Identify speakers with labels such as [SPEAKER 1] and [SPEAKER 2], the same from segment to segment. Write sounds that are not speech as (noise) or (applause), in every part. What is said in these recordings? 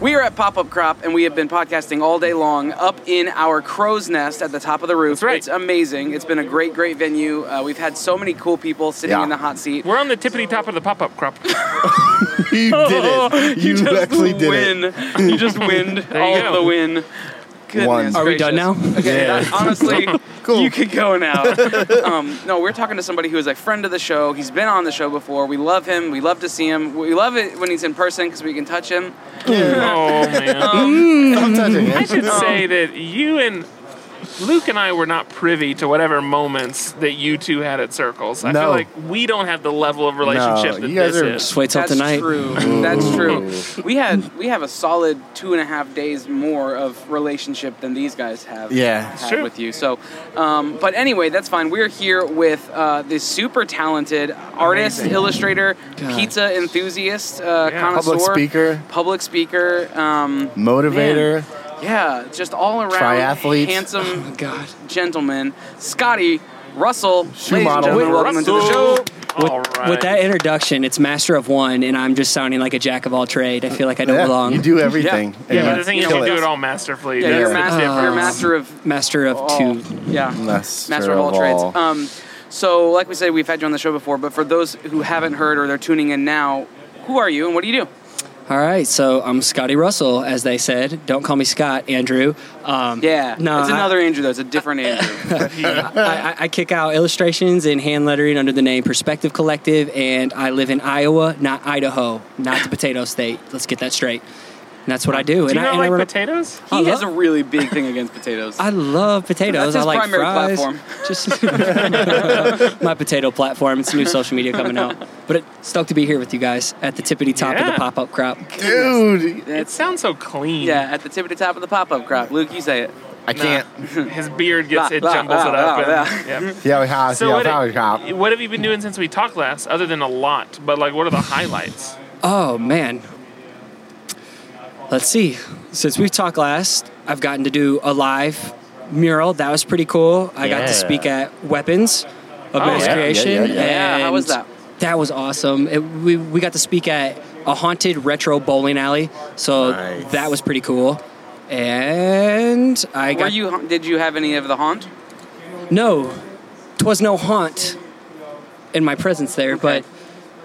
[SPEAKER 1] We are at Pop Up Crop, and we have been podcasting all day long up in our crow's nest at the top of the roof.
[SPEAKER 2] That's right.
[SPEAKER 1] It's amazing. It's been a great, great venue. Uh, we've had so many cool people sitting
[SPEAKER 3] Yeah.
[SPEAKER 1] in the hot seat. (laughs)
[SPEAKER 2] We're on the tippity top of the pop up crop.
[SPEAKER 3] (laughs) You did it. You,
[SPEAKER 1] just
[SPEAKER 3] actually did
[SPEAKER 1] win. You
[SPEAKER 3] (laughs)
[SPEAKER 1] just win
[SPEAKER 2] you
[SPEAKER 1] all
[SPEAKER 2] go.
[SPEAKER 1] of the win. Goodness
[SPEAKER 3] One.
[SPEAKER 4] Are we done
[SPEAKER 1] gracious.
[SPEAKER 4] now?
[SPEAKER 1] Okay,
[SPEAKER 3] Yeah.
[SPEAKER 1] that- honestly,
[SPEAKER 3] (laughs) Cool.
[SPEAKER 1] you could
[SPEAKER 3] (laughs)
[SPEAKER 1] go now. um, no, we're talking to somebody who is a friend of the show. He's been on the show before. We love him. We love to see him. We love it when he's in person because we can touch him.
[SPEAKER 2] oh man.
[SPEAKER 1] Um,
[SPEAKER 3] it. Stop touching it.
[SPEAKER 2] I should say that you and Luke and I were not privy to whatever moments that you two had at circles. I
[SPEAKER 3] No.
[SPEAKER 2] feel like we don't have the level of relationship
[SPEAKER 3] No,
[SPEAKER 2] that
[SPEAKER 3] you guys
[SPEAKER 2] this
[SPEAKER 3] are-
[SPEAKER 2] is.
[SPEAKER 4] Just wait till
[SPEAKER 1] That's
[SPEAKER 4] tonight.
[SPEAKER 1] true. That's
[SPEAKER 3] (laughs)
[SPEAKER 1] true. We had we have a solid two and a half days more of relationship than these guys have.
[SPEAKER 3] Yeah.
[SPEAKER 1] had
[SPEAKER 3] It's
[SPEAKER 2] true.
[SPEAKER 1] with you. So, um, but anyway, that's fine. We're here with uh, this super talented artist, illustrator, pizza enthusiast, uh,
[SPEAKER 2] Yeah.
[SPEAKER 1] connoisseur,
[SPEAKER 3] Public speaker.
[SPEAKER 1] public speaker. Um,
[SPEAKER 3] Motivator.
[SPEAKER 1] yeah, just all around
[SPEAKER 3] Triathlete. Oh
[SPEAKER 1] handsome
[SPEAKER 4] God.
[SPEAKER 1] gentleman, Scotty Russell.
[SPEAKER 3] Shoe
[SPEAKER 1] ladies and
[SPEAKER 3] model.
[SPEAKER 1] gentlemen, welcome into the show.
[SPEAKER 2] All right.
[SPEAKER 4] With that introduction, it's master of one, and I'm just sounding like a jack of all trade. I feel like I don't
[SPEAKER 3] Yeah,
[SPEAKER 4] belong.
[SPEAKER 3] You do everything.
[SPEAKER 1] Yeah.
[SPEAKER 3] and
[SPEAKER 2] yeah, but
[SPEAKER 3] you
[SPEAKER 2] the thing is,
[SPEAKER 3] kill
[SPEAKER 2] you do
[SPEAKER 3] it.
[SPEAKER 2] it all masterfully.
[SPEAKER 1] Yeah,
[SPEAKER 2] That's
[SPEAKER 1] you're,
[SPEAKER 2] the
[SPEAKER 1] master,
[SPEAKER 2] difference.
[SPEAKER 3] Uh,
[SPEAKER 1] you're master of
[SPEAKER 4] Master of
[SPEAKER 1] all.
[SPEAKER 4] two.
[SPEAKER 1] Yeah.
[SPEAKER 3] Master
[SPEAKER 1] Master of all
[SPEAKER 3] of all.
[SPEAKER 1] trades. Um, so, like we said, we've had you on the show before, but for those who haven't heard or they're tuning in now, who are you and what do you do?
[SPEAKER 4] All right, so I'm Scotty Russell, as they said. Don't call me Scott, Andrew. Um,
[SPEAKER 1] Yeah.
[SPEAKER 4] No,
[SPEAKER 1] It's
[SPEAKER 4] I-
[SPEAKER 1] another Andrew, though. It's a (laughs) different Andrew.
[SPEAKER 4] I, I- I kick out illustrations and hand lettering under the name Perspective Collective, and I live in Iowa, not Idaho, not the potato state. Let's get that straight. And that's what I do.
[SPEAKER 2] Do
[SPEAKER 4] and
[SPEAKER 2] you
[SPEAKER 4] I,
[SPEAKER 2] not
[SPEAKER 4] and I
[SPEAKER 2] like
[SPEAKER 4] run a-
[SPEAKER 2] potatoes?
[SPEAKER 1] He has a
[SPEAKER 4] love-
[SPEAKER 1] really big thing against potatoes.
[SPEAKER 4] I love potatoes.
[SPEAKER 1] That's his
[SPEAKER 4] I like
[SPEAKER 1] primary
[SPEAKER 4] fries.
[SPEAKER 1] platform.
[SPEAKER 4] (laughs) Just (laughs) my potato platform. It's new social media coming out. But it, stoked to be here with you guys at the tippity top of
[SPEAKER 2] Yeah.
[SPEAKER 4] the pop up crop.
[SPEAKER 3] Dude,
[SPEAKER 2] It sounds so clean.
[SPEAKER 1] yeah, at the tippity top of the pop up crop. Luke, you say it.
[SPEAKER 3] I can't.
[SPEAKER 2] His beard gets
[SPEAKER 1] Blah,
[SPEAKER 2] it
[SPEAKER 1] blah,
[SPEAKER 2] jumbles it
[SPEAKER 1] blah,
[SPEAKER 2] up.
[SPEAKER 1] blah,
[SPEAKER 2] and- (laughs) yeah.
[SPEAKER 3] Yeah, we have.
[SPEAKER 2] So
[SPEAKER 3] yeah,
[SPEAKER 2] what,
[SPEAKER 3] we have a cop.
[SPEAKER 2] what have you been doing since we talked last? Other than a lot, but like, what are the highlights?
[SPEAKER 4] Oh man. Let's see. Since we've talked last, I've gotten to do a live mural. That was pretty cool. I got
[SPEAKER 3] Yeah.
[SPEAKER 4] to speak at Weapons of Mass
[SPEAKER 2] yeah, yeah,
[SPEAKER 4] Creation.
[SPEAKER 3] yeah, yeah.
[SPEAKER 1] Oh, Yeah, how
[SPEAKER 4] and
[SPEAKER 1] was that?
[SPEAKER 4] That was awesome. It, we, we got to speak at a haunted retro bowling alley. So
[SPEAKER 3] Nice.
[SPEAKER 4] that was pretty cool. And I
[SPEAKER 1] Were
[SPEAKER 4] got
[SPEAKER 1] you? Did you have any of the haunt?
[SPEAKER 4] no, 'twas no haunt in my presence there, but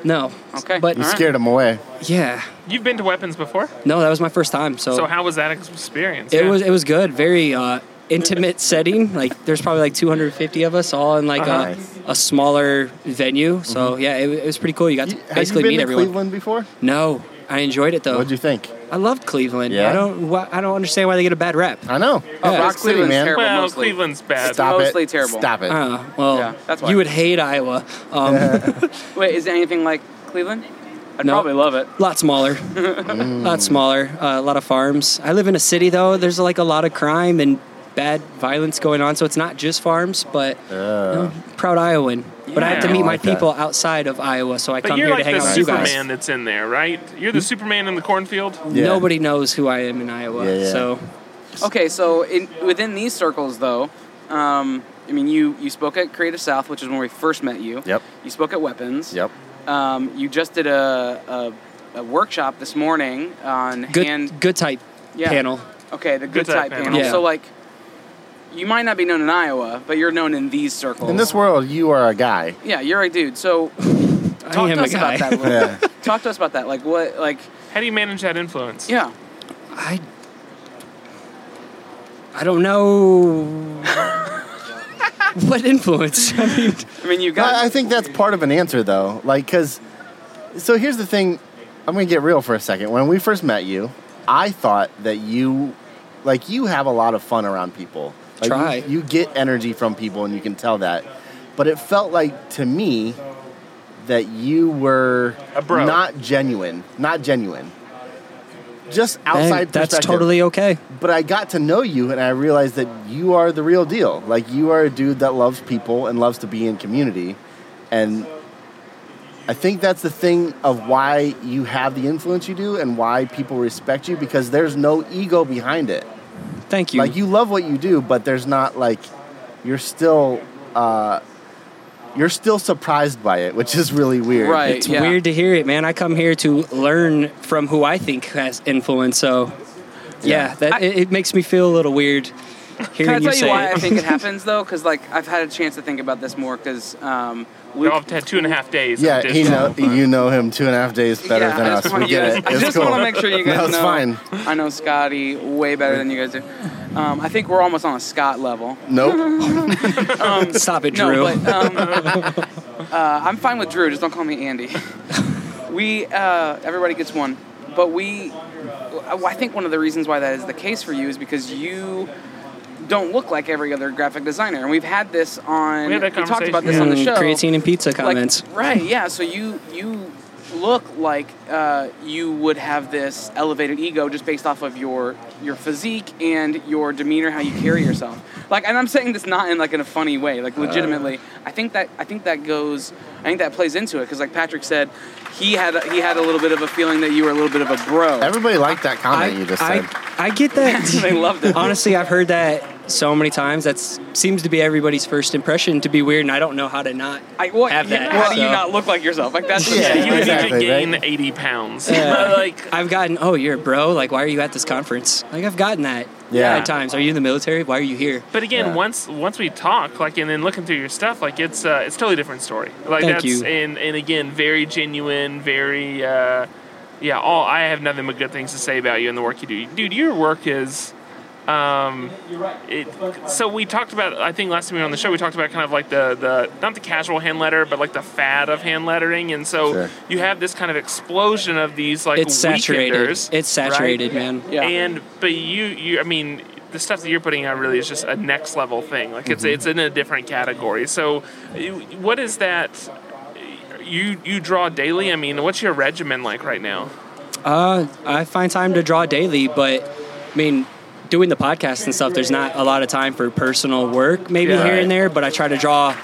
[SPEAKER 4] no.
[SPEAKER 1] Okay.
[SPEAKER 4] But
[SPEAKER 3] You
[SPEAKER 1] All right.
[SPEAKER 3] scared him away.
[SPEAKER 4] yeah,
[SPEAKER 2] You've been to weapons before,
[SPEAKER 4] no, that was my first time.
[SPEAKER 2] so how was that experience?
[SPEAKER 4] It
[SPEAKER 2] Yeah.
[SPEAKER 4] was it was good. Very uh, intimate setting. Like there's probably like 250 of us all in like
[SPEAKER 2] Uh-huh.
[SPEAKER 4] a, a smaller venue. So yeah, it, wa- it was pretty cool. You got to
[SPEAKER 3] Mm-hmm. You- have
[SPEAKER 4] basically
[SPEAKER 3] you been
[SPEAKER 4] meet
[SPEAKER 3] to
[SPEAKER 4] everyone. Oh.
[SPEAKER 3] Cleveland before?
[SPEAKER 4] No, I enjoyed it though.
[SPEAKER 3] What'd you think?
[SPEAKER 4] I loved Cleveland.
[SPEAKER 3] Yeah?
[SPEAKER 4] I don't why, I don't understand why they get a bad rap.
[SPEAKER 3] I know. Oh,
[SPEAKER 4] Yeah.
[SPEAKER 3] Rock City,
[SPEAKER 1] Cleveland's
[SPEAKER 3] man.
[SPEAKER 1] terrible.
[SPEAKER 2] well,
[SPEAKER 1] mostly.
[SPEAKER 2] Cleveland's bad.
[SPEAKER 3] Stop
[SPEAKER 1] Mostly
[SPEAKER 3] it.
[SPEAKER 1] terrible.
[SPEAKER 3] Stop it.
[SPEAKER 4] Uh, well,
[SPEAKER 1] Yeah, that's why.
[SPEAKER 4] you would hate Iowa. Um,
[SPEAKER 1] Wait, is there anything like Cleveland? I'd
[SPEAKER 4] No.
[SPEAKER 1] probably love it.
[SPEAKER 4] lot smaller,
[SPEAKER 3] Mm.
[SPEAKER 4] lot smaller. Uh, a lot of farms. I live in a city though. There's like a lot of crime and bad violence going on. So it's not just farms, but
[SPEAKER 3] Uh,
[SPEAKER 4] proud Iowan. But I have to
[SPEAKER 2] Yeah.
[SPEAKER 4] meet
[SPEAKER 3] I
[SPEAKER 4] my
[SPEAKER 3] like that.
[SPEAKER 4] people outside of Iowa, so I
[SPEAKER 2] But
[SPEAKER 4] come
[SPEAKER 2] you're
[SPEAKER 4] here to
[SPEAKER 2] like
[SPEAKER 4] hang
[SPEAKER 2] the
[SPEAKER 4] out with you guys.
[SPEAKER 2] Superman that's in there, right? You're the Superman in the cornfield.
[SPEAKER 3] Yeah.
[SPEAKER 4] Nobody knows who I am in Iowa,
[SPEAKER 3] Yeah, yeah.
[SPEAKER 4] so
[SPEAKER 1] Okay, so in, within these circles, though, um, I mean, you you spoke at Creative South, which is when we first met you.
[SPEAKER 3] Yep.
[SPEAKER 1] You spoke at Weapons.
[SPEAKER 3] yep.
[SPEAKER 1] Um, you just did a, a, a workshop this morning on
[SPEAKER 4] good
[SPEAKER 1] hand.
[SPEAKER 4] good type
[SPEAKER 1] Yeah.
[SPEAKER 4] panel.
[SPEAKER 1] Okay, the good,
[SPEAKER 2] Good
[SPEAKER 1] type
[SPEAKER 2] type
[SPEAKER 1] panel.
[SPEAKER 2] panel.
[SPEAKER 4] Yeah.
[SPEAKER 1] So like, you might not be known in Iowa, but you're known in these circles.
[SPEAKER 3] In this world, you are a guy.
[SPEAKER 1] yeah, you're a dude. So
[SPEAKER 4] (laughs) I
[SPEAKER 1] talk
[SPEAKER 4] am
[SPEAKER 1] to
[SPEAKER 4] a
[SPEAKER 1] us
[SPEAKER 4] guy.
[SPEAKER 1] about that. a little
[SPEAKER 3] Yeah.
[SPEAKER 1] bit. Talk to us about that. Like what? Like
[SPEAKER 2] How do you manage that influence?
[SPEAKER 1] yeah.
[SPEAKER 4] (laughs) I I don't know what influence. (laughs) I mean,
[SPEAKER 1] I mean, you got.
[SPEAKER 3] I, I think that's part of an answer, though. Like, because, so here's the thing. I'm going to get real for a second. When we first met you, I thought that you, like, you have a lot of fun around people. Like,
[SPEAKER 4] Try.
[SPEAKER 3] You, you get energy from people, and you can tell that. But it felt like to me that you were
[SPEAKER 2] A bro.
[SPEAKER 3] not genuine, not genuine. Just outside
[SPEAKER 4] hey, that's
[SPEAKER 3] perspective.
[SPEAKER 4] totally okay.
[SPEAKER 3] But I got to know you, and I realized that you are the real deal. Like you are a dude that loves people and loves to be in community, and I think that's the thing of why you have the influence you do and why people respect you because there's no ego behind it.
[SPEAKER 4] Thank you.
[SPEAKER 3] Like you love what you do, but there's not like you're still uh, you're still surprised by it, which is really weird.
[SPEAKER 1] Right.
[SPEAKER 4] It's
[SPEAKER 1] yeah.
[SPEAKER 4] weird to hear it, man. I come here to learn from who I think has influence. So, yeah, that
[SPEAKER 1] I-
[SPEAKER 4] it, it makes me feel a little weird
[SPEAKER 1] Can I tell
[SPEAKER 4] hearing
[SPEAKER 1] you
[SPEAKER 4] say
[SPEAKER 1] why I
[SPEAKER 4] it.
[SPEAKER 1] think it happens though? Because like I've had a chance to think about this more. Because um,
[SPEAKER 2] We
[SPEAKER 1] Luke,
[SPEAKER 2] all had two and a half days. of
[SPEAKER 3] Yeah, he
[SPEAKER 2] digital,
[SPEAKER 3] know,
[SPEAKER 2] but-
[SPEAKER 3] you know him two and a half days better
[SPEAKER 1] yeah,
[SPEAKER 3] than
[SPEAKER 1] I just
[SPEAKER 3] us.
[SPEAKER 1] want
[SPEAKER 3] We
[SPEAKER 1] you
[SPEAKER 3] get
[SPEAKER 1] guys-
[SPEAKER 3] it.
[SPEAKER 1] I
[SPEAKER 3] It's
[SPEAKER 1] just
[SPEAKER 3] cool.
[SPEAKER 1] want to make sure you guys
[SPEAKER 3] no, it's
[SPEAKER 1] know.
[SPEAKER 3] fine.
[SPEAKER 1] I know Scotty way better than you guys do. Um, I think we're almost on a Scott level. (laughs)
[SPEAKER 3] Nope.
[SPEAKER 4] (laughs) Stop it,
[SPEAKER 1] No,
[SPEAKER 4] Drew.
[SPEAKER 1] but um, uh,
[SPEAKER 4] (laughs)
[SPEAKER 1] I'm fine with Drew. Just don't call me Andy. we uh, everybody gets one, but we. I I think one of the reasons why that is the case for you is because you don't look like every other graphic designer, and we've had this on.
[SPEAKER 2] We had that
[SPEAKER 1] talked about this
[SPEAKER 2] conversation,
[SPEAKER 1] on the
[SPEAKER 4] Mm,
[SPEAKER 1] show.
[SPEAKER 4] creatine and pizza comments.
[SPEAKER 1] Like, right? Yeah. So you you look like uh, you would have this elevated ego just based off of your your physique and your demeanor, how you carry yourself. Like, and I'm saying this not in like in a funny way.
[SPEAKER 4] Uh.
[SPEAKER 1] Like, legitimately, I think that I think that goes. I think that plays into it because, like Patrick said, he had he had a little bit of a feeling that you were a little bit of a bro.
[SPEAKER 3] Everybody liked that
[SPEAKER 4] I,
[SPEAKER 3] comment you just
[SPEAKER 4] I,
[SPEAKER 3] said.
[SPEAKER 4] I get
[SPEAKER 1] (laughs) they
[SPEAKER 4] that.
[SPEAKER 1] loved
[SPEAKER 4] (laughs)
[SPEAKER 1] it.
[SPEAKER 4] Honestly, I've heard that so many times. That seems to be everybody's first impression to be weird, and I don't know how to not
[SPEAKER 1] I, well,
[SPEAKER 4] have
[SPEAKER 1] yeah,
[SPEAKER 4] that.
[SPEAKER 1] how do you
[SPEAKER 4] so-
[SPEAKER 1] not look like yourself? Like that's the
[SPEAKER 3] Yeah,
[SPEAKER 1] thing.
[SPEAKER 2] You would
[SPEAKER 3] Exactly,
[SPEAKER 2] need to gain
[SPEAKER 3] right?
[SPEAKER 2] 80 pounds.
[SPEAKER 4] Yeah.
[SPEAKER 2] (laughs) like,
[SPEAKER 4] I've gotten, oh, you're a bro. Like, why are you at this conference? Like, I've gotten that.
[SPEAKER 3] Yeah.
[SPEAKER 4] At times, are you in the military? Why are you here?
[SPEAKER 2] But again,
[SPEAKER 3] Yeah.
[SPEAKER 2] once once we talk, like, and then looking through your stuff, like, it's uh, it's totally different story. Like,
[SPEAKER 4] Thank
[SPEAKER 2] that's
[SPEAKER 4] you.
[SPEAKER 2] and and again, very genuine, very uh, yeah. All I have nothing but good things to say about you and the work you do, dude. Your work is. Um, it, so we talked about I think last time we were on the show we talked about kind of like the, the not the casual hand letter but like the fad of hand lettering and so
[SPEAKER 3] Sure.
[SPEAKER 2] you have this kind of explosion of these like
[SPEAKER 4] It's saturated.
[SPEAKER 2] weekenders,
[SPEAKER 4] It's
[SPEAKER 2] right?
[SPEAKER 4] saturated, man.
[SPEAKER 1] Yeah.
[SPEAKER 2] And but you you I mean the stuff that you're putting out really is just a next level thing. Like it's it's in a different category. So you- what is that you you draw daily? I mean, what's your regimen like right now?
[SPEAKER 4] Uh, I find time to draw daily, but I mean, doing the podcast and stuff, there's not a lot of time for personal work, maybe
[SPEAKER 2] Yeah.
[SPEAKER 4] here
[SPEAKER 3] Right.
[SPEAKER 4] and there. But I try to draw.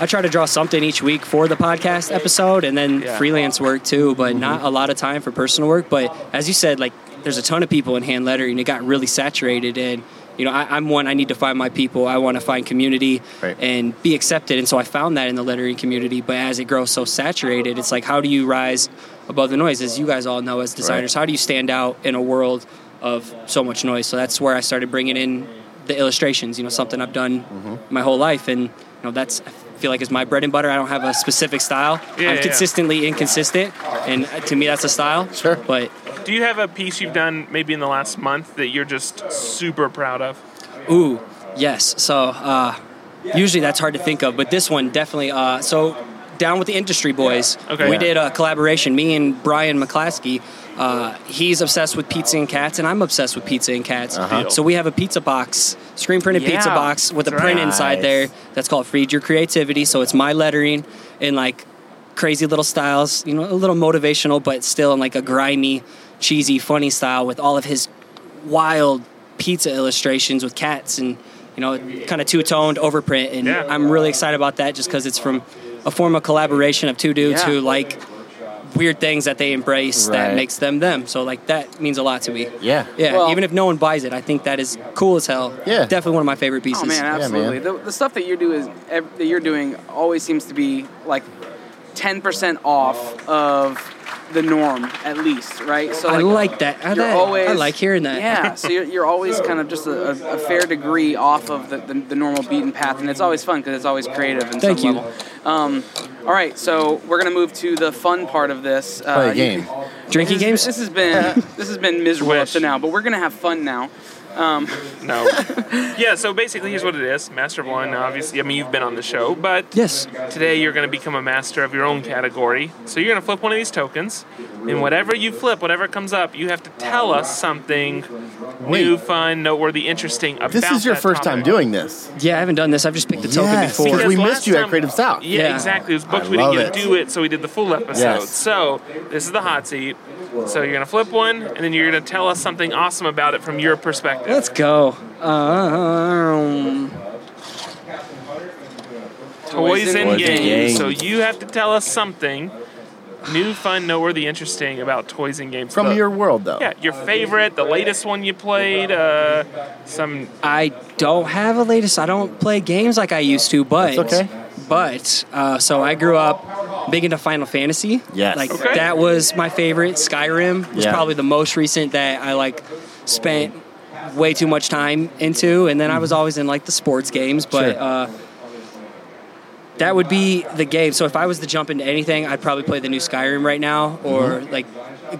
[SPEAKER 4] I try to draw something each week for the podcast episode, and then
[SPEAKER 2] Yeah.
[SPEAKER 4] freelance work too. But not a lot of time for personal work. But as you said, like there's a ton of people in hand lettering. It got really saturated, and you know I, I'm one. I need to find my people. I want to find community
[SPEAKER 3] Right.
[SPEAKER 4] and be accepted. And so I found that in the lettering community. But as it grows so saturated, it's like how do you rise above the noise? As you guys all know, as designers, how do you stand out in a world of so much noise? So that's where I started bringing in the illustrations. You know, something I've done
[SPEAKER 2] Mm-hmm.
[SPEAKER 4] my whole life, and you know that's I feel like is my bread and butter. I don't have a specific style.
[SPEAKER 2] Yeah,
[SPEAKER 4] I'm
[SPEAKER 2] yeah.
[SPEAKER 4] consistently inconsistent, and to me that's a style.
[SPEAKER 3] Sure.
[SPEAKER 4] but
[SPEAKER 2] Do you have a piece you've done maybe in the last month that you're just super proud of?
[SPEAKER 4] Ooh, yes. So uh, usually that's hard to think of, but this one definitely. Uh, so down with the industry boys.
[SPEAKER 2] Okay.
[SPEAKER 4] We
[SPEAKER 2] Yeah.
[SPEAKER 4] did a collaboration. Me and Brian McClaskey. Uh, he's obsessed with pizza and cats, and I'm obsessed with pizza and cats.
[SPEAKER 2] Uh-huh.
[SPEAKER 4] So we have a pizza box, screen printed pizza
[SPEAKER 2] Yeah,
[SPEAKER 4] box with a
[SPEAKER 2] that's
[SPEAKER 4] print
[SPEAKER 2] right.
[SPEAKER 4] inside
[SPEAKER 3] Nice.
[SPEAKER 4] there that's called "Feed Your Creativity." So it's my lettering and like crazy little styles, you know, a little motivational, but still in like a grimy, cheesy, funny style with all of his wild pizza illustrations with cats and you know kind of two-toned overprint and
[SPEAKER 2] Yeah.
[SPEAKER 4] i'm really excited about that just because it's from a form of collaboration of two dudes
[SPEAKER 1] Yeah.
[SPEAKER 4] who like weird things that they embrace that
[SPEAKER 3] Right.
[SPEAKER 4] makes them them so like that means a lot to me
[SPEAKER 3] yeah.
[SPEAKER 4] yeah
[SPEAKER 1] Well-
[SPEAKER 4] even if no one buys it i think that is cool as hell
[SPEAKER 3] Yeah.
[SPEAKER 4] definitely one of my favorite pieces
[SPEAKER 1] Oh man,
[SPEAKER 3] man.
[SPEAKER 1] absolutely. The, the stuff that you do is ev- that you're doing always seems to be like ten percent off of the norm, at least, right? So
[SPEAKER 4] i like that, I,
[SPEAKER 1] you're
[SPEAKER 4] that-
[SPEAKER 1] always
[SPEAKER 4] I like hearing that
[SPEAKER 1] Yeah, so you're, you're always kind of just a, a, a fair degree off of the, the, the normal beaten path, and it's always fun because it's always creative in
[SPEAKER 4] Thank
[SPEAKER 1] some
[SPEAKER 4] you.
[SPEAKER 1] level. Um, all right, so we're gonna move to the fun part of this. Uh,
[SPEAKER 3] Play a
[SPEAKER 1] you
[SPEAKER 3] game.
[SPEAKER 1] can-
[SPEAKER 4] drinking
[SPEAKER 1] this,
[SPEAKER 4] games
[SPEAKER 1] This has been this has been miserable up
[SPEAKER 2] Wish.
[SPEAKER 1] to now, but we're gonna have fun now.
[SPEAKER 2] No. yeah. So basically, here's what it is: Master of One. Obviously, I mean you've been on the show, but
[SPEAKER 4] yes
[SPEAKER 2] Today you're going to become a master of your own category. So you're going to flip one of these tokens, and whatever you flip, whatever comes up, you have to tell us something new,
[SPEAKER 3] Wait.
[SPEAKER 2] fun, noteworthy, interesting about
[SPEAKER 3] This is your
[SPEAKER 2] that
[SPEAKER 3] first time
[SPEAKER 2] topic.
[SPEAKER 3] doing this.
[SPEAKER 4] yeah i haven't done this i've just picked the token
[SPEAKER 3] Yes,
[SPEAKER 4] before
[SPEAKER 3] because we
[SPEAKER 2] Because
[SPEAKER 3] missed you
[SPEAKER 2] last
[SPEAKER 3] at
[SPEAKER 2] time-
[SPEAKER 3] Creative South.
[SPEAKER 2] Yeah,
[SPEAKER 4] Yeah.
[SPEAKER 2] exactly. It was booked.
[SPEAKER 3] I
[SPEAKER 2] we didn't get
[SPEAKER 3] love
[SPEAKER 2] to
[SPEAKER 3] it.
[SPEAKER 2] do it, so we did the full episode.
[SPEAKER 3] Yes.
[SPEAKER 2] So this is the hot seat. So you're gonna flip one, and then you're gonna tell us something awesome about it from your perspective.
[SPEAKER 4] Let's go. Uh, Um,
[SPEAKER 2] Toys and
[SPEAKER 3] Toys and
[SPEAKER 2] games.
[SPEAKER 3] games.
[SPEAKER 2] So you have to tell us something new, fun, noteworthy, interesting about toys and games.
[SPEAKER 3] From
[SPEAKER 2] Look.
[SPEAKER 3] your world, though.
[SPEAKER 2] Yeah, your favorite, the latest one you played, uh, some
[SPEAKER 4] I don't have a latest. I don't play games like I used to, but
[SPEAKER 3] It's okay.
[SPEAKER 4] But uh, so I grew up big into Final Fantasy.
[SPEAKER 3] Yes.
[SPEAKER 4] like
[SPEAKER 2] Okay.
[SPEAKER 4] that was my favorite. Skyrim was
[SPEAKER 3] Yeah.
[SPEAKER 4] probably the most recent that I like spent way too much time into, and then I was always in like the sports games. But
[SPEAKER 3] Sure.
[SPEAKER 4] uh, that would be the game. So if I was to jump into anything, I'd probably play the new Skyrim right now, or
[SPEAKER 3] Mm-hmm.
[SPEAKER 4] like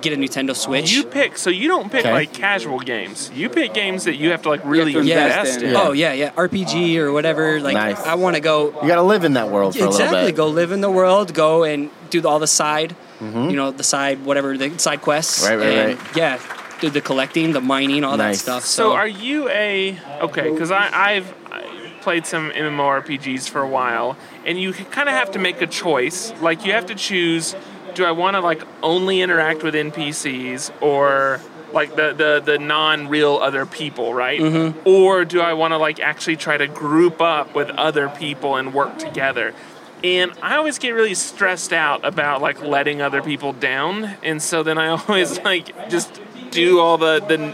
[SPEAKER 4] get a Nintendo Switch.
[SPEAKER 2] You pick, so you don't pick
[SPEAKER 3] Okay.
[SPEAKER 2] like casual games. You pick games that you have to like really
[SPEAKER 1] to invest
[SPEAKER 2] invest
[SPEAKER 1] in.
[SPEAKER 2] in.
[SPEAKER 4] Oh yeah, yeah. RPG or whatever. Like
[SPEAKER 3] Nice.
[SPEAKER 4] I want to go
[SPEAKER 3] You got to live in that world for a little
[SPEAKER 4] exactly
[SPEAKER 3] bit.
[SPEAKER 4] go live in the world go and do all the side you know the side whatever the side quests
[SPEAKER 3] Mm-hmm. Right, right,
[SPEAKER 4] and,
[SPEAKER 3] right.
[SPEAKER 4] yeah do the collecting the mining all
[SPEAKER 3] Nice.
[SPEAKER 4] that stuff so,
[SPEAKER 2] So are you a okay? Because I've I played some MMORPGs for a while, and you kind of have to make a choice. Like you have to choose: do I want to like only interact with NPCs or like the the, the non real other people, right?
[SPEAKER 4] Mm-hmm.
[SPEAKER 2] Or do I want to like actually try to group up with other people and work together? And I always get really stressed out about like letting other people down, and so then I (laughs) always like just do all the the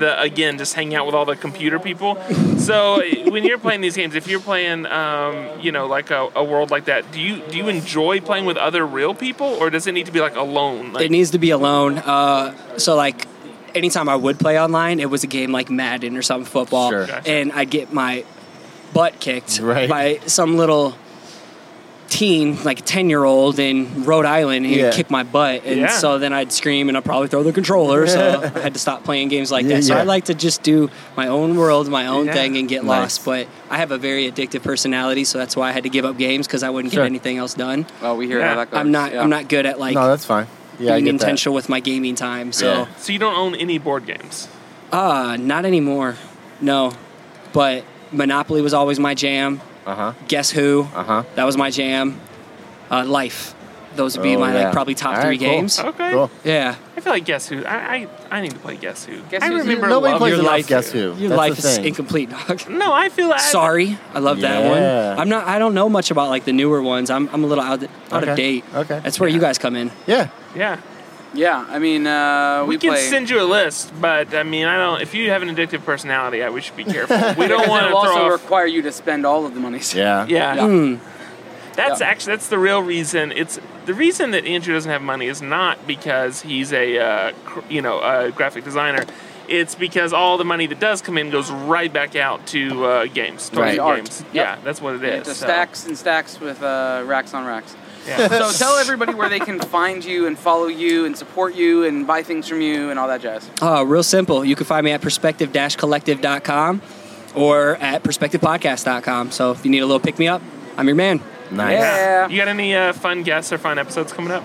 [SPEAKER 2] the again just hang out with all the computer people. So when you're playing these games, if you're playing um, you know like a, a world like that, do you do you enjoy playing with other real people, or does it need to be like alone? Like,
[SPEAKER 4] it needs to be alone uh, so like anytime i would play online it was a game like madden or something football
[SPEAKER 3] Sure.
[SPEAKER 2] Gotcha.
[SPEAKER 4] and i'd get my butt kicked
[SPEAKER 3] Right.
[SPEAKER 4] by some little teen like a 10 year old in rhode island and
[SPEAKER 3] Yeah.
[SPEAKER 4] he'd kick my butt and
[SPEAKER 2] Yeah.
[SPEAKER 4] so then i'd scream and i'd probably throw the controller so i had to stop playing games like
[SPEAKER 3] Yeah,
[SPEAKER 4] that so
[SPEAKER 3] yeah.
[SPEAKER 4] i like to just do my own world my own
[SPEAKER 2] Yeah.
[SPEAKER 4] thing and get
[SPEAKER 3] Nice.
[SPEAKER 4] lost but i have a very addictive personality so that's why i had to give up games because i wouldn't
[SPEAKER 3] Sure.
[SPEAKER 4] get anything else done
[SPEAKER 1] Well, we hear
[SPEAKER 2] Yeah.
[SPEAKER 1] how that goes.
[SPEAKER 4] i'm not
[SPEAKER 1] Yeah.
[SPEAKER 4] i'm not good at like
[SPEAKER 3] No, that's fine. Yeah, I
[SPEAKER 4] being
[SPEAKER 3] get that.
[SPEAKER 4] intentional with my gaming time.
[SPEAKER 3] Yeah.
[SPEAKER 4] So,
[SPEAKER 2] so you don't own any board games.
[SPEAKER 4] uh, not anymore. No, but Monopoly was always my jam.
[SPEAKER 3] Uh huh.
[SPEAKER 4] Guess who?
[SPEAKER 3] Uh huh.
[SPEAKER 4] That was my jam. Uh, Life. Those would be
[SPEAKER 3] Oh,
[SPEAKER 4] my
[SPEAKER 3] yeah.
[SPEAKER 4] like probably top
[SPEAKER 3] All right,
[SPEAKER 4] three
[SPEAKER 3] cool.
[SPEAKER 4] games.
[SPEAKER 2] Okay.
[SPEAKER 3] Cool.
[SPEAKER 4] Yeah,
[SPEAKER 2] I feel like Guess Who. I, I, I need to play Guess Who.
[SPEAKER 1] Guess
[SPEAKER 2] I
[SPEAKER 1] Who's-
[SPEAKER 2] remember
[SPEAKER 3] Nobody
[SPEAKER 2] loving-
[SPEAKER 3] plays
[SPEAKER 4] your
[SPEAKER 3] enough
[SPEAKER 4] life.
[SPEAKER 3] Guess Who.
[SPEAKER 4] your
[SPEAKER 3] That's
[SPEAKER 4] life
[SPEAKER 3] the
[SPEAKER 4] is
[SPEAKER 3] thing.
[SPEAKER 4] incomplete. (laughs) dog.
[SPEAKER 2] No, I feel like
[SPEAKER 4] Sorry, I love
[SPEAKER 3] Yeah.
[SPEAKER 4] that one. I'm not. I don't know much about like the newer ones. I'm, I'm a little out, out
[SPEAKER 3] Okay.
[SPEAKER 4] of date.
[SPEAKER 3] Okay.
[SPEAKER 4] that's where you guys come in.
[SPEAKER 3] Yeah. Uh,
[SPEAKER 2] Yeah.
[SPEAKER 1] Yeah, I mean, uh, we,
[SPEAKER 2] We can
[SPEAKER 1] play.
[SPEAKER 2] send you a list, but I mean, I don't. If you have an addictive personality, I, we should be careful.
[SPEAKER 1] (laughs)
[SPEAKER 2] We
[SPEAKER 1] because
[SPEAKER 2] don't want to
[SPEAKER 1] it'll also
[SPEAKER 2] throw. Off,
[SPEAKER 1] require you to spend all of the money. (laughs)
[SPEAKER 3] Yeah.
[SPEAKER 2] yeah,
[SPEAKER 4] Hmm.
[SPEAKER 2] that's
[SPEAKER 1] Yeah.
[SPEAKER 2] actually that's the real reason. It's the reason that Andrew doesn't have money is not because he's a uh, cr- you know a graphic designer. It's because all the money that does come in goes right back out to uh, games, towards
[SPEAKER 3] Right.
[SPEAKER 2] the
[SPEAKER 1] Art.
[SPEAKER 2] games.
[SPEAKER 1] Yep.
[SPEAKER 2] Yeah, that's what it is.
[SPEAKER 1] It's just
[SPEAKER 2] so,
[SPEAKER 1] stacks and stacks with uh, racks on racks.
[SPEAKER 2] yeah. (laughs)
[SPEAKER 1] So tell everybody where they can find you and follow you and support you and buy things from you and all that jazz.
[SPEAKER 4] Uh, real simple. You can find me at perspective collective.com or at perspectivepodcast.com. So if you need a little pick me up, I'm your man.
[SPEAKER 3] Nice.
[SPEAKER 1] Yeah.
[SPEAKER 2] You got any uh, fun guests or fun episodes coming up?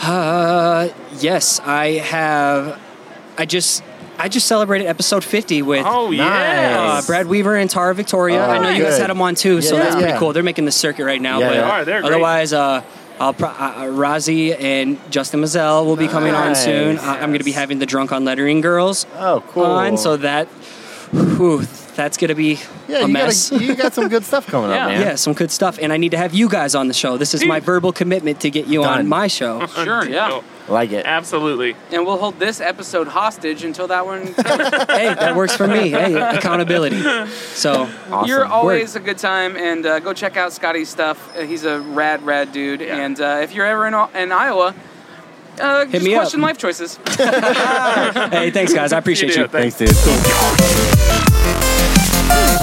[SPEAKER 4] Uh, yes, I have. I just I just celebrated episode 50 with
[SPEAKER 2] Oh yeah,
[SPEAKER 4] uh, Brad Weaver and Tara Victoria.
[SPEAKER 3] Oh,
[SPEAKER 4] I know you guys
[SPEAKER 3] good.
[SPEAKER 4] had them on too, so
[SPEAKER 3] Yeah,
[SPEAKER 4] that's pretty
[SPEAKER 3] yeah.
[SPEAKER 4] cool. They're making the circuit right now.
[SPEAKER 3] Yeah,
[SPEAKER 4] but
[SPEAKER 3] they are.
[SPEAKER 2] They're great.
[SPEAKER 4] otherwise, uh, I'll pro- uh, uh, Razi and Justin Mazzell will be coming on
[SPEAKER 3] Nice.
[SPEAKER 4] soon. Uh, I'm going to be having the Drunk on Lettering Girls
[SPEAKER 3] Oh, cool.
[SPEAKER 4] on, so that whew, that's going to be
[SPEAKER 3] yeah,
[SPEAKER 4] a
[SPEAKER 3] you,
[SPEAKER 4] mess.
[SPEAKER 3] Got a, you got some good stuff coming
[SPEAKER 1] Yeah.
[SPEAKER 3] up, man.
[SPEAKER 4] (laughs) Yeah, some good stuff. And I need to have you guys on the show. This is my
[SPEAKER 2] Dude.
[SPEAKER 4] verbal commitment to get you
[SPEAKER 3] Done.
[SPEAKER 4] on my show.
[SPEAKER 1] Sure, yeah.
[SPEAKER 3] Like it.
[SPEAKER 2] Absolutely.
[SPEAKER 1] And we'll hold this episode hostage until that one. comes.
[SPEAKER 4] hey, that works for
[SPEAKER 3] (laughs)
[SPEAKER 4] me. Hey, accountability. So,
[SPEAKER 3] Awesome.
[SPEAKER 1] You're always a good time, and uh, go check out Scotty's stuff. Uh, he's a rad, rad dude.
[SPEAKER 2] Yeah.
[SPEAKER 1] And uh, if you're ever in, Au- in Iowa, uh, just
[SPEAKER 4] me up.
[SPEAKER 1] question life choices.
[SPEAKER 4] hey, thanks, guys. I appreciate
[SPEAKER 2] do.
[SPEAKER 4] you.
[SPEAKER 2] Thanks.
[SPEAKER 3] Thanks, dude.